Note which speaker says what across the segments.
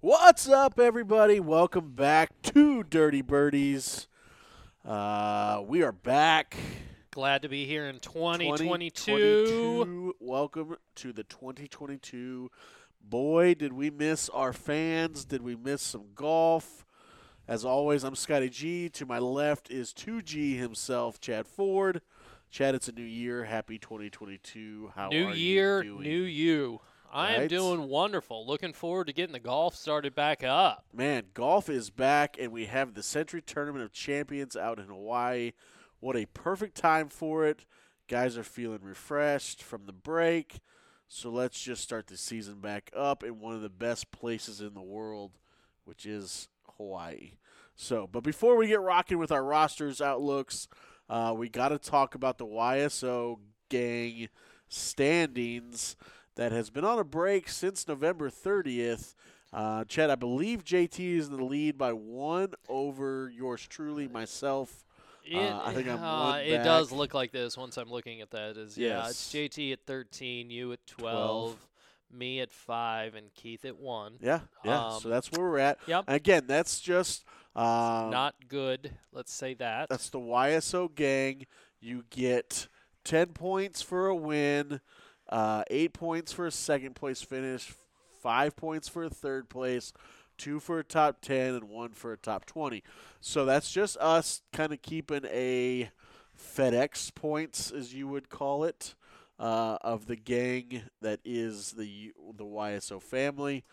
Speaker 1: What's up, everybody? Welcome back to Dirty Birdies. Uh, we are back.
Speaker 2: Glad to be here in 2022.
Speaker 1: 2022. Welcome to the 2022. Boy, did we miss our fans. Did we miss some golf? As always, I'm Scotty G. To my left is 2G himself, Chad Ford. Chad, it's a new year. Happy 2022. How
Speaker 2: New
Speaker 1: are
Speaker 2: year,
Speaker 1: you doing?
Speaker 2: new you. I am
Speaker 1: Right?
Speaker 2: doing wonderful. Looking forward to getting the golf started back up.
Speaker 1: Man, golf is back, and we have the Century Tournament of Champions out in Hawaii. What a perfect time for it. Guys are feeling refreshed from the break. So let's just start the season back up in one of the best places in the world, which is Hawaii. So, but before we get rocking with our rosters outlooks, uh, we got to talk about the YSO gang standings that has been on a break since November 30th. Uh, Chad, I believe JT is in the lead by one over yours truly, myself.
Speaker 2: It,
Speaker 1: I think I'm
Speaker 2: uh,
Speaker 1: one
Speaker 2: it does
Speaker 1: back.
Speaker 2: look like this once I'm looking at that. Is yeah,
Speaker 1: Yes.
Speaker 2: it's JT at 13, you at 12,
Speaker 1: 12.
Speaker 2: me at five, and Keith at one.
Speaker 1: Yeah, yeah.
Speaker 2: Um,
Speaker 1: so that's where we're at.
Speaker 2: yep.
Speaker 1: Again, that's just um,
Speaker 2: Not good. Let's say that.
Speaker 1: that's the YSO gang. You get ten points for a win, uh, eight points for a second place finish, five points for a third place, two for a top ten, and one for a top twenty. So that's just us kind of keeping a FedEx points, as you would call it, uh, of the gang that is the the YSO family.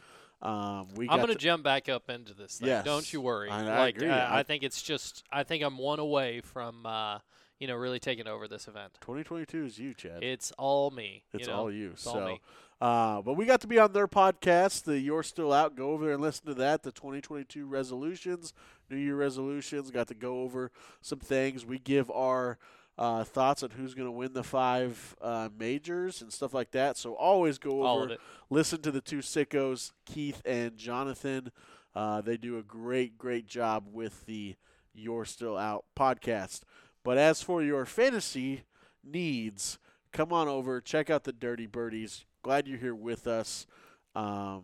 Speaker 1: Um, we
Speaker 2: I'm
Speaker 1: got
Speaker 2: gonna
Speaker 1: the-
Speaker 2: jump back up into this thing.
Speaker 1: Yes.
Speaker 2: Don't you worry.
Speaker 1: I- I
Speaker 2: like
Speaker 1: agree.
Speaker 2: uh,
Speaker 1: I-
Speaker 2: I think it's just I think I'm one away from uh, you know really taking over this event.
Speaker 1: 2022 is you, Chad.
Speaker 2: It's all me.
Speaker 1: It's
Speaker 2: you know?
Speaker 1: all you.
Speaker 2: It's
Speaker 1: so,
Speaker 2: all me.
Speaker 1: Uh, but we got to be on their podcast, the You're Still Out. Go over there and listen to that. The 2022 resolutions, New Year resolutions. Got to go over some things. We give our uh, thoughts on who's going to win the five uh, majors and stuff like that. So always go
Speaker 2: all of
Speaker 1: over,
Speaker 2: it.
Speaker 1: listen to the two sickos, Keith and Jonathan. Uh, they do a great, great job with the You're Still Out podcast. But as for your fantasy needs, come on over, check out the Dirty Birdies. Glad you're here with us. Um,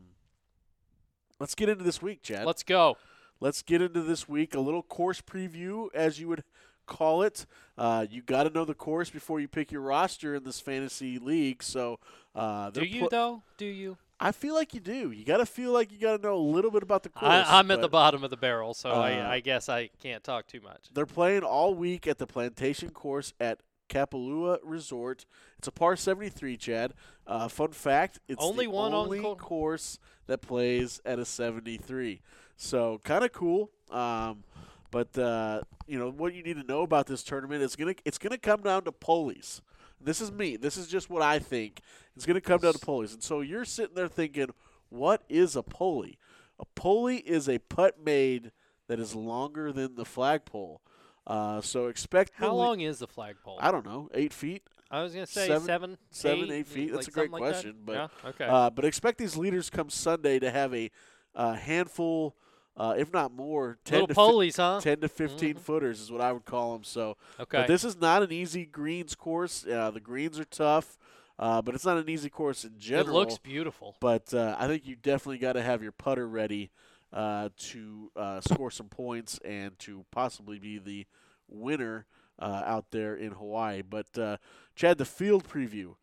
Speaker 1: let's get into this week, Chad.
Speaker 2: Let's go.
Speaker 1: Let's get into this week. A little course preview, as you would call it. Uh, you got to know the course before you pick your roster in this fantasy league. So, uh,
Speaker 2: Do
Speaker 1: they're
Speaker 2: you
Speaker 1: pl-
Speaker 2: though? Do you?
Speaker 1: I feel like you do. You got to feel like you got to know a little bit about the course.
Speaker 2: I, I'm at the
Speaker 1: but-
Speaker 2: bottom of the barrel, so
Speaker 1: Uh,
Speaker 2: I, I guess I can't talk too much.
Speaker 1: They're playing all week at the Plantation Course at Kapalua Resort. It's a par 73, Chad. Uh, fun fact: it's
Speaker 2: Only
Speaker 1: the
Speaker 2: one on
Speaker 1: only
Speaker 2: cour-
Speaker 1: course that plays at a 73. So kind of cool. Um, but uh, you know what you need to know about this tournament is gonna it's gonna come down to pulleys. This is me. This is just what I think. It's gonna come down to pulleys. And so you're sitting there thinking, what is a pulley? A pulley is a putt made that is longer than the flagpole. Uh, so expect the
Speaker 2: How
Speaker 1: le-
Speaker 2: long is the flagpole?
Speaker 1: I don't know, eight feet.
Speaker 2: I was gonna say
Speaker 1: seven-
Speaker 2: seven,
Speaker 1: seven,
Speaker 2: eight,
Speaker 1: eight feet. That's
Speaker 2: like
Speaker 1: a great
Speaker 2: something like that?
Speaker 1: question, but,
Speaker 2: yeah, okay.
Speaker 1: Uh, but expect these leaders come Sunday to have a uh, handful, uh, if not more, ten
Speaker 2: Little
Speaker 1: to fif-
Speaker 2: pulleys, huh?
Speaker 1: ten to 15
Speaker 2: Mhm.
Speaker 1: footers is what I would call them. So
Speaker 2: okay.
Speaker 1: but this is not an easy greens course. Uh, the greens are tough, uh, but it's not an easy course in
Speaker 2: it
Speaker 1: general.
Speaker 2: looks beautiful.
Speaker 1: but uh, I think you definitely got to have your putter ready uh, to uh, score some points and to possibly be the winner uh, out there in Hawaii. But uh, Chad, the field preview.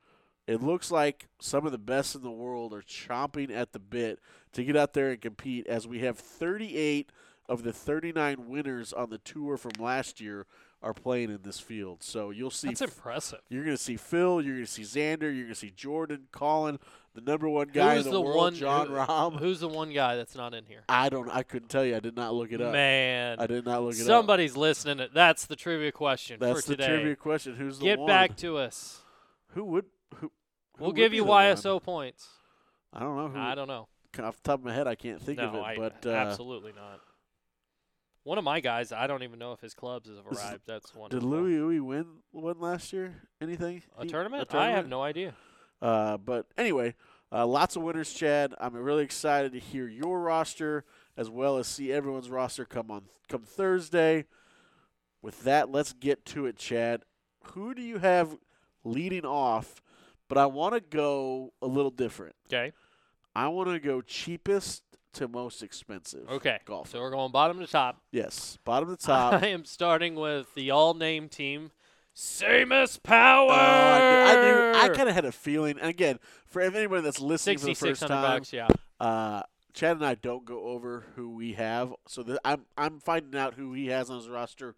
Speaker 1: It looks like some of the best in the world are chomping at the bit to get out there and compete as we have 38 of the 39 winners on the tour from last year are playing in this field. So you'll see
Speaker 2: That's impressive.
Speaker 1: you're going to see Phil. You're going to see Xander. You're going to see Jordan, Colin, the number one guy
Speaker 2: Who's
Speaker 1: in the,
Speaker 2: the
Speaker 1: world,
Speaker 2: one-
Speaker 1: John
Speaker 2: who-
Speaker 1: Rahm.
Speaker 2: Who's the one guy that's not in here?
Speaker 1: I don't. I couldn't tell you. I did not look it up.
Speaker 2: Man,
Speaker 1: I did not look it up.
Speaker 2: somebody's listening. To, that's the trivia question
Speaker 1: That's
Speaker 2: for
Speaker 1: the
Speaker 2: today.
Speaker 1: trivia question. Who's the
Speaker 2: Get
Speaker 1: one?
Speaker 2: back to us.
Speaker 1: Who would? Who, who
Speaker 2: We'll
Speaker 1: would
Speaker 2: give
Speaker 1: be
Speaker 2: you
Speaker 1: the one?
Speaker 2: YSO points.
Speaker 1: I don't know. Who,
Speaker 2: I don't know.
Speaker 1: off the top of my head, I can't think
Speaker 2: no,
Speaker 1: of it.
Speaker 2: I,
Speaker 1: but uh,
Speaker 2: absolutely not. One of my guys, I don't even know if his clubs have
Speaker 1: This is-
Speaker 2: arrived. That's one.
Speaker 1: did Louis Uy win one last year? Anything?
Speaker 2: a
Speaker 1: He-
Speaker 2: tournament?
Speaker 1: A tournament?
Speaker 2: I have no idea.
Speaker 1: Uh, but anyway, uh, lots of winners, Chad. I'm really excited to hear your roster as well as see everyone's roster come on come Thursday. With that, let's get to it, Chad. Who do you have leading off? But I want to go a little different.
Speaker 2: Okay.
Speaker 1: I want to go cheapest to most expensive.
Speaker 2: Okay.
Speaker 1: Golf.
Speaker 2: So we're going bottom to top.
Speaker 1: Yes. Bottom to top.
Speaker 2: I am starting with the all name team, Seamus Power.
Speaker 1: Uh, I, knew- I, kind of had a feeling. And again, for if anybody that's listening for the first
Speaker 2: 6600
Speaker 1: time,
Speaker 2: bucks, yeah.
Speaker 1: uh, Chad and I don't go over who we have. So th- I'm I'm finding out who he has on his roster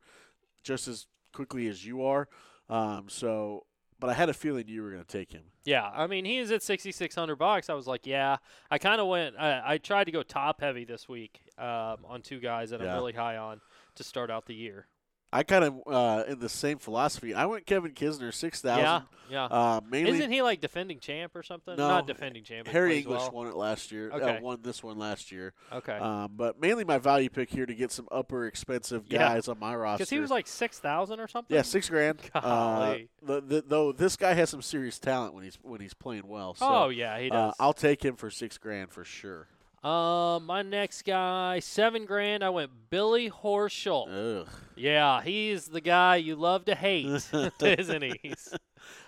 Speaker 1: just as quickly as you are. Um, so, but I had a feeling you were going to take him.
Speaker 2: Yeah, I mean, he is at 6600 bucks. I was like, yeah. I kind of went I, I tried to go top heavy this week um, on two guys that
Speaker 1: Yeah.
Speaker 2: I'm really high on to start out the year.
Speaker 1: I kind of uh, in the same philosophy. I went Kevin Kisner six thousand.
Speaker 2: Yeah. Yeah.
Speaker 1: Uh, mainly
Speaker 2: Isn't he like defending champ or something?
Speaker 1: No,
Speaker 2: Not defending champ. but
Speaker 1: Harry
Speaker 2: plays
Speaker 1: English
Speaker 2: well.
Speaker 1: won it last year. Uh,
Speaker 2: Okay.
Speaker 1: won this one last year.
Speaker 2: Okay.
Speaker 1: Um, but mainly my value pick here to get some upper expensive
Speaker 2: Yeah.
Speaker 1: guys on my roster.
Speaker 2: Because he was like 6000 or something?
Speaker 1: yeah, six grand. Uh,
Speaker 2: Golly.
Speaker 1: th- th- though this guy has some serious talent when he's when he's playing well. So,
Speaker 2: oh, yeah, he
Speaker 1: uh,
Speaker 2: does.
Speaker 1: I'll take him for six grand for sure.
Speaker 2: Uh, my next guy, seven grand. I went Billy Horschel.
Speaker 1: Ugh.
Speaker 2: Yeah, he's the guy you love to hate, isn't he? He's-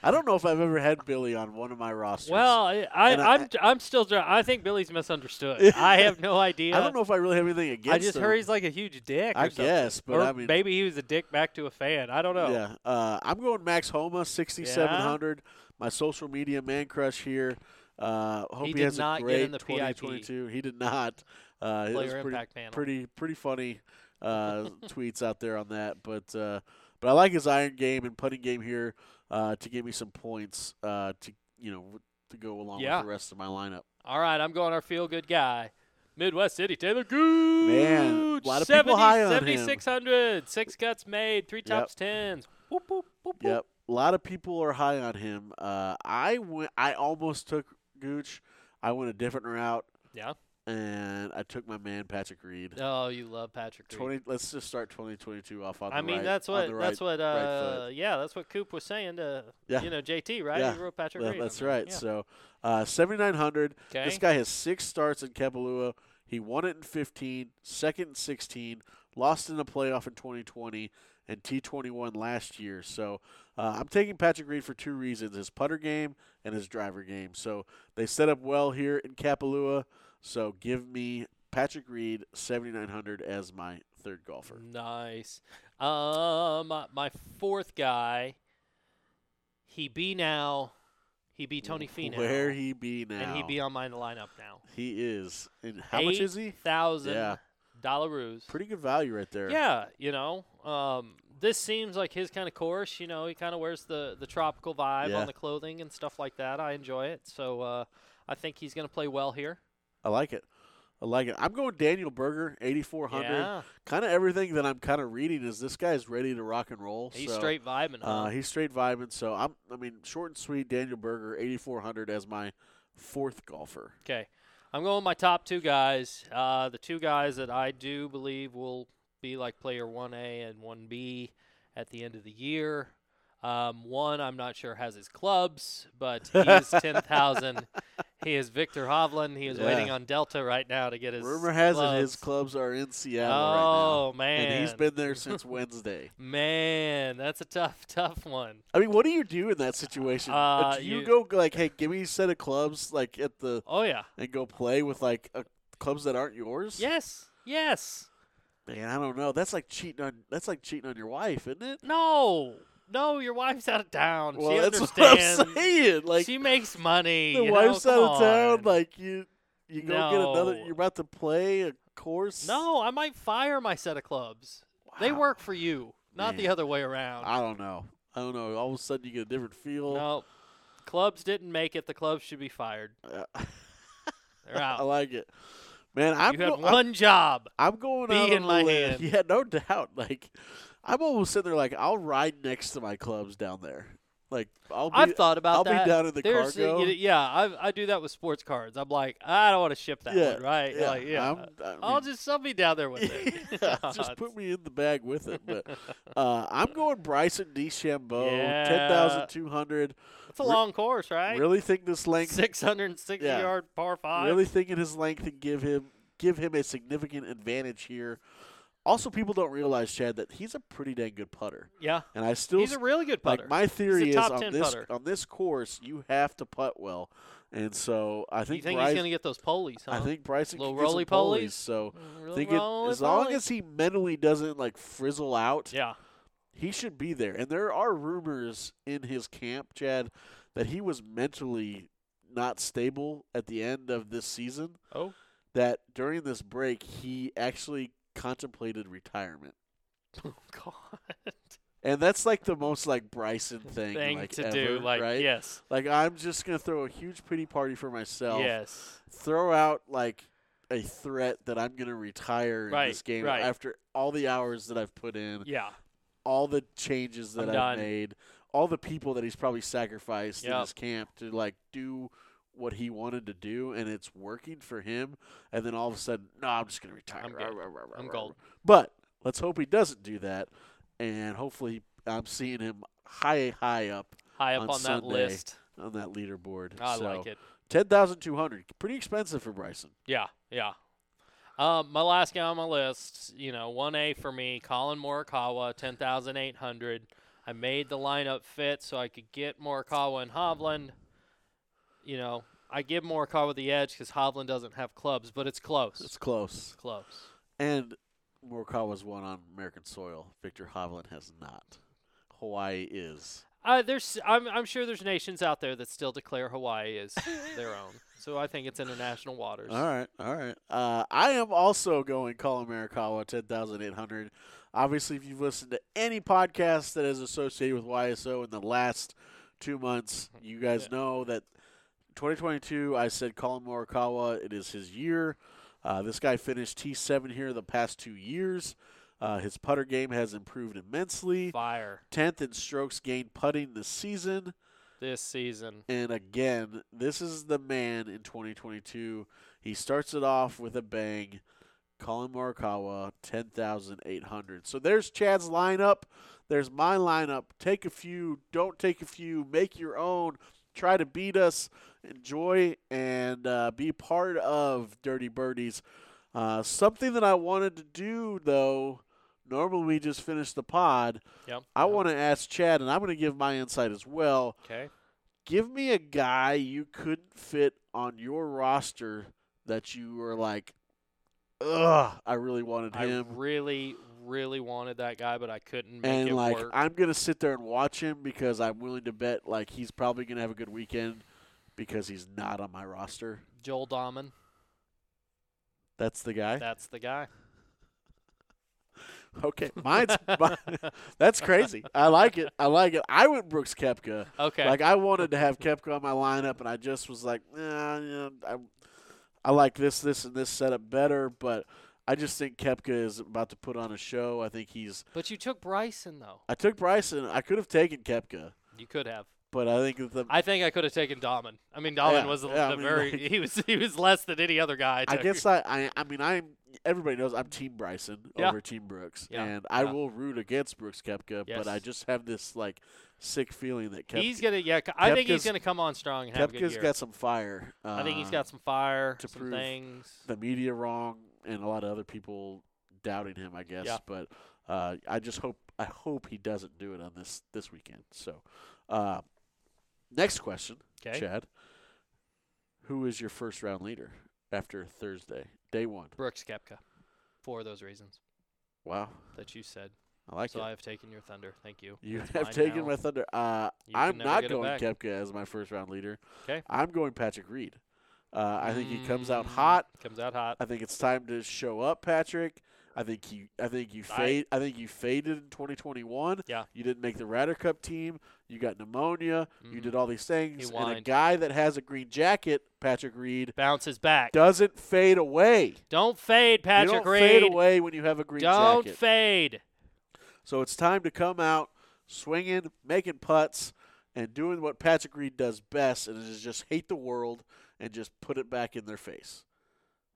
Speaker 1: I don't know if I've ever had Billy on one of my rosters.
Speaker 2: well, I, I,
Speaker 1: And I-
Speaker 2: I'm I'm still dr- I think Billy's misunderstood. I have no idea.
Speaker 1: I don't know if I really have anything against.
Speaker 2: I just
Speaker 1: him.
Speaker 2: heard he's like a huge dick.
Speaker 1: I
Speaker 2: or something.
Speaker 1: guess, but
Speaker 2: or
Speaker 1: I mean,
Speaker 2: maybe he was a dick back to a fan. I don't know.
Speaker 1: Yeah, uh, I'm going Max Homa, 6,700. My social media man crush here. Uh, hope
Speaker 2: He
Speaker 1: he,
Speaker 2: did
Speaker 1: has a
Speaker 2: not get
Speaker 1: great
Speaker 2: in the PIP.
Speaker 1: 2022. He did not. Uh, it was
Speaker 2: Player
Speaker 1: pretty,
Speaker 2: impact panel.
Speaker 1: pretty, pretty funny uh, tweets out there on that, but uh, but I like his iron game and putting game here uh, to give me some points uh, to you know to go along
Speaker 2: Yeah.
Speaker 1: with the rest of my lineup.
Speaker 2: All right, I'm going our feel good guy. Midwest City, Taylor Gooch.
Speaker 1: Man, a lot of people high on him.
Speaker 2: 7,600. Six cuts made, three tops tens. Whoop, whoop, whoop, whoop.
Speaker 1: Yep, a lot of people are high on him. Uh, I went. I almost took Gooch. I went a different route.
Speaker 2: Yeah.
Speaker 1: and I took my man Patrick Reed.
Speaker 2: Oh, you love Patrick Reed.
Speaker 1: Twenty. Let's just start 2022 off on the
Speaker 2: I mean,
Speaker 1: right-
Speaker 2: that's
Speaker 1: on
Speaker 2: what
Speaker 1: the
Speaker 2: that's
Speaker 1: right-
Speaker 2: what
Speaker 1: right
Speaker 2: uh,
Speaker 1: foot.
Speaker 2: yeah, that's what Coop was saying to
Speaker 1: Yeah.
Speaker 2: you know JT, right?
Speaker 1: Yeah.
Speaker 2: He wrote Patrick
Speaker 1: that-
Speaker 2: Reed.
Speaker 1: that's
Speaker 2: on
Speaker 1: right.
Speaker 2: there.
Speaker 1: So, uh, 7,900.
Speaker 2: Yeah. Okay.
Speaker 1: This guy has six starts in Kapalua. He won it in 15, second in 16, lost in the playoff in 2020 and T21 last year. So uh, I'm taking Patrick Reed for two reasons: his putter game and his driver game. So they set up well here in Kapalua. So give me Patrick Reed 7,900 as my third golfer.
Speaker 2: Nice. Um, my- my fourth guy, he be now, he be Tony Finau,
Speaker 1: Where he be now?
Speaker 2: and he be on my lineup now.
Speaker 1: He is. And how much is he?
Speaker 2: Thousand
Speaker 1: Yeah.
Speaker 2: dollaroos.
Speaker 1: Pretty good value right there.
Speaker 2: Yeah, you know, um, this seems like his kind of course. You know, he kind of wears the the tropical vibe
Speaker 1: Yeah.
Speaker 2: on the clothing and stuff like that. I enjoy it, so uh, I think he's gonna play well here.
Speaker 1: I like it. I like it. I'm going Daniel Berger, 8,400.
Speaker 2: Yeah,
Speaker 1: Kind of everything that I'm kind of reading is this guy's ready to rock and roll.
Speaker 2: he's
Speaker 1: so,
Speaker 2: straight vibing. Huh?
Speaker 1: Uh, he's straight vibing. So I'm. I mean, short and sweet. Daniel Berger, 8,400 as my fourth golfer.
Speaker 2: Okay. I'm going with my top two guys. Uh, the two guys that I do believe will be like player 1A and 1B at the end of the year. Um, one, I'm not sure has his clubs, but he is 10,000. He is Victor Hovland. He is waiting
Speaker 1: Yeah.
Speaker 2: on Delta right now to get his.
Speaker 1: Rumor has
Speaker 2: clubs.
Speaker 1: it his clubs are in Seattle
Speaker 2: Oh,
Speaker 1: right now,
Speaker 2: man.
Speaker 1: and he's been there since Wednesday.
Speaker 2: Man, that's a tough, tough one.
Speaker 1: I mean, what do you do in that situation?
Speaker 2: Uh,
Speaker 1: do you,
Speaker 2: you-
Speaker 1: go like, hey, give me a set of clubs like at the
Speaker 2: Oh, yeah.
Speaker 1: and go play with like uh clubs that aren't yours?
Speaker 2: Yes. Yes.
Speaker 1: Man, I don't know. That's like cheating on. That's like cheating on your wife, isn't it?
Speaker 2: No. No, your wife's out of town. Um, she
Speaker 1: that's
Speaker 2: understands.
Speaker 1: what I'm saying. Like
Speaker 2: she makes money.
Speaker 1: the
Speaker 2: you know,
Speaker 1: wife's
Speaker 2: come
Speaker 1: out of town.
Speaker 2: on.
Speaker 1: Like you, you go get another.
Speaker 2: No.
Speaker 1: You're about to play a course.
Speaker 2: no, I might fire my set of clubs. They
Speaker 1: Wow.
Speaker 2: work for you, not the
Speaker 1: Man.
Speaker 2: other way around.
Speaker 1: I don't know. I don't know. All of a sudden, you get a different feel.
Speaker 2: no, clubs didn't make it. The clubs should be fired.
Speaker 1: Uh,
Speaker 2: They're
Speaker 1: I
Speaker 2: out.
Speaker 1: like it, man. I'm
Speaker 2: you had
Speaker 1: go- I'm-
Speaker 2: one job.
Speaker 1: I'm going
Speaker 2: Be
Speaker 1: out
Speaker 2: in
Speaker 1: on
Speaker 2: my
Speaker 1: a limb.
Speaker 2: hand.
Speaker 1: Yeah, no doubt. Like I'm almost sitting there like I'll ride next to my clubs down there. Like I'll be
Speaker 2: I've thought about
Speaker 1: I'll
Speaker 2: that.
Speaker 1: be down in the
Speaker 2: There's,
Speaker 1: cargo.
Speaker 2: you- yeah, I, I do that with sports cards. I'm like, I don't want to ship that
Speaker 1: Yeah,
Speaker 2: one, right?
Speaker 1: yeah,
Speaker 2: like, yeah.
Speaker 1: I'm, I
Speaker 2: will
Speaker 1: mean,
Speaker 2: just sub me down there with it.
Speaker 1: yeah, just put me in the bag with it. But uh, I'm going Bryson DeChambeau,
Speaker 2: Yeah.
Speaker 1: ten thousand two hundred.
Speaker 2: It's a
Speaker 1: re-
Speaker 2: long course, right?
Speaker 1: Really think this length.
Speaker 2: Six hundred and sixty
Speaker 1: Yeah.
Speaker 2: yard par five.
Speaker 1: Really thinking his length and give him give him a significant advantage here. Also, people don't realize Chad that he's a pretty dang good putter,
Speaker 2: Yeah,
Speaker 1: and I still
Speaker 2: he's a really good putter.
Speaker 1: like my theory is
Speaker 2: top
Speaker 1: on
Speaker 2: 10
Speaker 1: this
Speaker 2: putter.
Speaker 1: on this course you have to putt well, and so I
Speaker 2: you
Speaker 1: think,
Speaker 2: think he's
Speaker 1: Bryce,
Speaker 2: gonna get those polies? Huh?
Speaker 1: I think Bryson
Speaker 2: Little
Speaker 1: can get some
Speaker 2: roly-polies?
Speaker 1: polies, So I
Speaker 2: Really
Speaker 1: think it,
Speaker 2: rolling
Speaker 1: as long
Speaker 2: polies.
Speaker 1: as he mentally doesn't like frizzle out,
Speaker 2: yeah,
Speaker 1: he should be there. And there are rumors in his camp, Chad, that he was mentally not stable at the end of this season.
Speaker 2: oh,
Speaker 1: That during this break, he actually contemplated retirement.
Speaker 2: oh god,
Speaker 1: And that's like the most like Bryson thing,
Speaker 2: thing
Speaker 1: like,
Speaker 2: to
Speaker 1: ever,
Speaker 2: do. Like
Speaker 1: right?
Speaker 2: yes,
Speaker 1: Like I'm just gonna throw a huge pity party for myself.
Speaker 2: yes,
Speaker 1: Throw out like a threat that I'm gonna retire in
Speaker 2: Right,
Speaker 1: this game
Speaker 2: right.
Speaker 1: after all the hours that I've put in.
Speaker 2: yeah,
Speaker 1: all the changes that
Speaker 2: I'm
Speaker 1: I've
Speaker 2: done.
Speaker 1: made, all the people that he's probably sacrificed in
Speaker 2: Yep.
Speaker 1: his camp to like do what he wanted to do, and it's working for him. And then all of a sudden, no, I'm just gonna retire.
Speaker 2: I'm
Speaker 1: Rah,
Speaker 2: good.
Speaker 1: rah, rah, rah,
Speaker 2: I'm
Speaker 1: rah,
Speaker 2: gold.
Speaker 1: rah." But let's hope he doesn't do that, and hopefully, I'm seeing him high, high up
Speaker 2: High up
Speaker 1: on
Speaker 2: on, that
Speaker 1: Sunday.
Speaker 2: list.
Speaker 1: on that leaderboard.
Speaker 2: I
Speaker 1: so,
Speaker 2: like it.
Speaker 1: Ten thousand two hundred, pretty expensive for Bryson.
Speaker 2: Yeah, yeah. Um, my last guy on my list, you know, one A for me, Colin Morikawa, ten thousand eight hundred. I made the lineup fit so I could get Morikawa and Hovland. You know, I give Morikawa the edge because Hovland doesn't have clubs, but it's close.
Speaker 1: It's
Speaker 2: It's
Speaker 1: close.
Speaker 2: close.
Speaker 1: And Morikawa's won on American soil. Victor Hovland has not. Hawaii is.
Speaker 2: Uh, there's, I'm, I'm sure there's nations out there that still declare Hawaii as their own. So I think it's international waters.
Speaker 1: All right, all right. Uh, I am also going Colin Marikawa, 10,800. Obviously, if you've listened to any podcast that is associated with YSO in the last two months, you guys
Speaker 2: Yeah.
Speaker 1: know that 2022, I said Colin Morikawa, it is his year. Uh, this guy finished T7 here the past two years. Uh, his putter game has improved immensely.
Speaker 2: Fire
Speaker 1: 10th in strokes gained putting this season.
Speaker 2: this season.
Speaker 1: And again, this is the man in 2022. He starts it off with a bang. Colin Morikawa, 10,800. So there's Chad's lineup. There's my lineup. Take a few, don't take a few, make your own. Try to beat us. Enjoy and uh, be part of Dirty Birdies. Uh, something that I wanted to do, though, normally we just finish the pod.
Speaker 2: Yep.
Speaker 1: I want to ask Chad, and I'm going to give my insight as well
Speaker 2: Okay.
Speaker 1: give me a guy you couldn't fit on your roster that you were like, ugh, I really wanted
Speaker 2: I
Speaker 1: him.
Speaker 2: really, really wanted that guy, but I couldn't make
Speaker 1: and
Speaker 2: it
Speaker 1: like,
Speaker 2: work.
Speaker 1: I'm going to sit there and watch him because I'm willing to bet like he's probably going to have a good weekend because he's not on my roster.
Speaker 2: Joel Dahman,
Speaker 1: That's the guy.
Speaker 2: that's the guy.
Speaker 1: Okay, mine's mine, that's crazy. I like it. I like it. I went Brooks Kepka.
Speaker 2: okay.
Speaker 1: Like I wanted to have Kepka on my lineup, and I just was like, nah, you know, I, I like this, this, and this setup better. But I just think Kepka is about to put on a show. I think he's.
Speaker 2: but you took Bryson though.
Speaker 1: I took Bryson. I could have taken Kepka,
Speaker 2: You could have.
Speaker 1: but I think that the. I,
Speaker 2: I think I could have taken Dahman. I mean, Dahman
Speaker 1: Yeah,
Speaker 2: was the,
Speaker 1: yeah, I
Speaker 2: the
Speaker 1: mean,
Speaker 2: very
Speaker 1: like-
Speaker 2: he was he was less than any other guy. I, took.
Speaker 1: guess I, I. I mean, I'm. Everybody knows I'm Team Bryson
Speaker 2: Yeah.
Speaker 1: over Team Brooks,
Speaker 2: Yeah,
Speaker 1: and I
Speaker 2: yeah.
Speaker 1: will root against Brooks Kepka. But I
Speaker 2: Yes.
Speaker 1: just have this like sick feeling that Kepka,
Speaker 2: he's gonna yeah. c- I think
Speaker 1: Kepka's-
Speaker 2: he's gonna come on strong and have a good
Speaker 1: Kepka's
Speaker 2: year.
Speaker 1: got some fire.
Speaker 2: I think he's
Speaker 1: uh,
Speaker 2: got some fire,
Speaker 1: to
Speaker 2: some
Speaker 1: prove
Speaker 2: things.
Speaker 1: the media wrong and a lot of other people doubting him, I guess.
Speaker 2: Yeah.
Speaker 1: But uh, I just hope I hope he doesn't do it on this this weekend. So, uh, next question,
Speaker 2: Okay.
Speaker 1: Chad. Who is your first round leader after Thursday, day one?
Speaker 2: Brooks Kepka, for those reasons
Speaker 1: Wow,
Speaker 2: that you said.
Speaker 1: I like
Speaker 2: so
Speaker 1: it.
Speaker 2: I have taken your thunder. Thank you.
Speaker 1: you
Speaker 2: It's
Speaker 1: have
Speaker 2: mine
Speaker 1: taken
Speaker 2: now.
Speaker 1: my thunder. Uh,
Speaker 2: You can
Speaker 1: I'm
Speaker 2: never
Speaker 1: not
Speaker 2: get it
Speaker 1: going
Speaker 2: back.
Speaker 1: Kepka as my first round leader.
Speaker 2: 'Kay.
Speaker 1: I'm going Patrick Reed. Uh, I think he comes out
Speaker 2: Mm,
Speaker 1: hot.
Speaker 2: Comes out hot.
Speaker 1: I think it's time to show up, Patrick. I think you I think you
Speaker 2: I-
Speaker 1: fade I think you faded in 2021.
Speaker 2: Yeah.
Speaker 1: You didn't make the Ryder Cup team. You got pneumonia. You
Speaker 2: Mhm.
Speaker 1: did all these things. and a
Speaker 2: whined.
Speaker 1: guy that has a green jacket, Patrick Reed,
Speaker 2: Bounces back.
Speaker 1: doesn't fade away.
Speaker 2: Don't fade,
Speaker 1: you
Speaker 2: Patrick
Speaker 1: don't
Speaker 2: Reed.
Speaker 1: fade away when you have a green
Speaker 2: Don't
Speaker 1: jacket.
Speaker 2: fade.
Speaker 1: so it's time to come out swinging, making putts and doing what Patrick Reed does best and is just hate the world and just put it back in their face.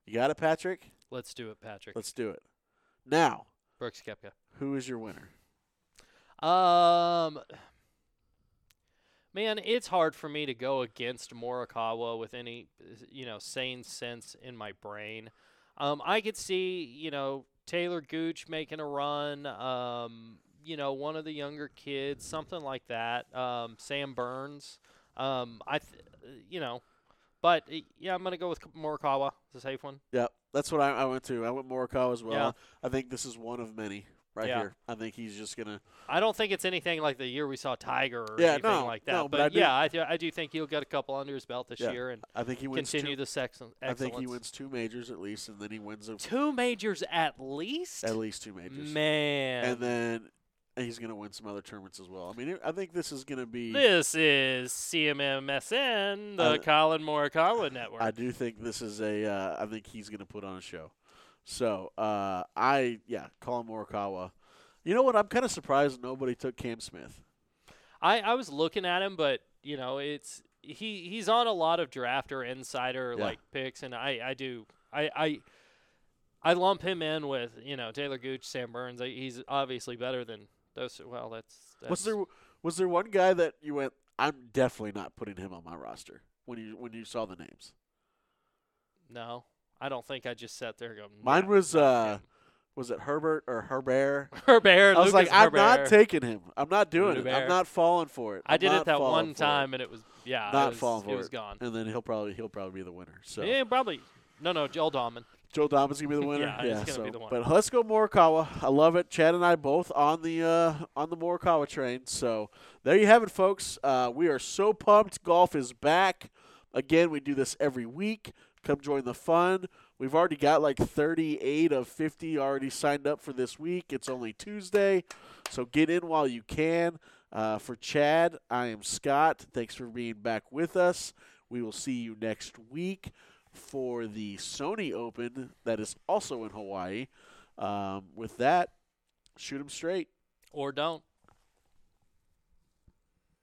Speaker 1: You got it, Patrick?
Speaker 2: Let's do it, Patrick.
Speaker 1: Let's do it. Now,
Speaker 2: Brooks Kepka.
Speaker 1: Who is your winner?
Speaker 2: Um, man, it's hard for me to go against Morikawa with any, you know, sane sense in my brain. Um, I could see, you know, Taylor Gooch making a run. Um, you know, one of the younger kids, something like that. Um, Sam Burns. Um, I, th- you know, but uh, yeah, I'm gonna go with K- Morikawa. It's a safe one.
Speaker 1: Yep, that's what I, I went to. I went Morikawa as well.
Speaker 2: Yeah.
Speaker 1: I think this is one of many right
Speaker 2: Yeah.
Speaker 1: here. I think he's just gonna.
Speaker 2: I don't think it's anything like the year we saw Tiger or
Speaker 1: Yeah,
Speaker 2: anything
Speaker 1: no,
Speaker 2: like that.
Speaker 1: no, but
Speaker 2: but
Speaker 1: I do-
Speaker 2: yeah, I, th- I do think he'll get a couple under his belt this
Speaker 1: Yeah,
Speaker 2: year and
Speaker 1: I think he wins.
Speaker 2: continue
Speaker 1: two,
Speaker 2: this excellent.
Speaker 1: I think he
Speaker 2: excellence.
Speaker 1: wins two majors at least, and then he wins a,
Speaker 2: two majors at least.
Speaker 1: at least two majors,
Speaker 2: Man,
Speaker 1: and then he's gonna win some other tournaments as well. I mean, I think this is gonna be.
Speaker 2: this is CMMSN, the
Speaker 1: I-
Speaker 2: Colin Morikawa Network.
Speaker 1: I do think this is a. Uh, I think he's going to put on a show. So uh, I yeah, Colin Morikawa. You know what? I'm kind of surprised nobody took Cam Smith.
Speaker 2: I, I was looking at him, but you know, it's he he's on a lot of draft or insider
Speaker 1: Yeah.
Speaker 2: like picks, and I I do I I. I lump him in with you know Taylor Gooch, Sam Burns. I, he's obviously better than those. Well, that's, that's
Speaker 1: was there was there one guy that you went? I'm definitely not putting him on my roster when you when you saw the names.
Speaker 2: no. I don't think I just sat there going.
Speaker 1: Mine
Speaker 2: "Nah,
Speaker 1: was
Speaker 2: not
Speaker 1: uh,
Speaker 2: him."
Speaker 1: was it Herbert or Herbert?
Speaker 2: Herbert.
Speaker 1: I was like,
Speaker 2: Lucas
Speaker 1: I'm not
Speaker 2: Herbert.
Speaker 1: taking him. I'm not doing it. I'm
Speaker 2: Herbert.
Speaker 1: not falling for it.
Speaker 2: I
Speaker 1: I'm
Speaker 2: did
Speaker 1: not
Speaker 2: it that
Speaker 1: falling
Speaker 2: one
Speaker 1: for it."
Speaker 2: time, and it was yeah.
Speaker 1: Not
Speaker 2: it was,
Speaker 1: falling for
Speaker 2: It was
Speaker 1: it.
Speaker 2: gone.
Speaker 1: And then he'll probably he'll probably be the winner. So
Speaker 2: Yeah, probably. No, no, Joel Dahman.
Speaker 1: Joe Dobbins gonna be the winner.
Speaker 2: Yeah, he's gonna
Speaker 1: so,
Speaker 2: be the one.
Speaker 1: But let's go Morikawa. I love it. Chad and I both on the uh, on the Morikawa train. So there you have it, folks. Uh, we are so pumped. Golf is back. Again, we do this every week. Come join the fun. We've already got like 38 of 50 already signed up for this week. It's only Tuesday, so get in while you can. Uh, for Chad, I am Scott. Thanks for being back with us. We will see you next week for the Sony Open that is also in Hawaii. Um, with that, shoot 'em straight.
Speaker 2: Or don't.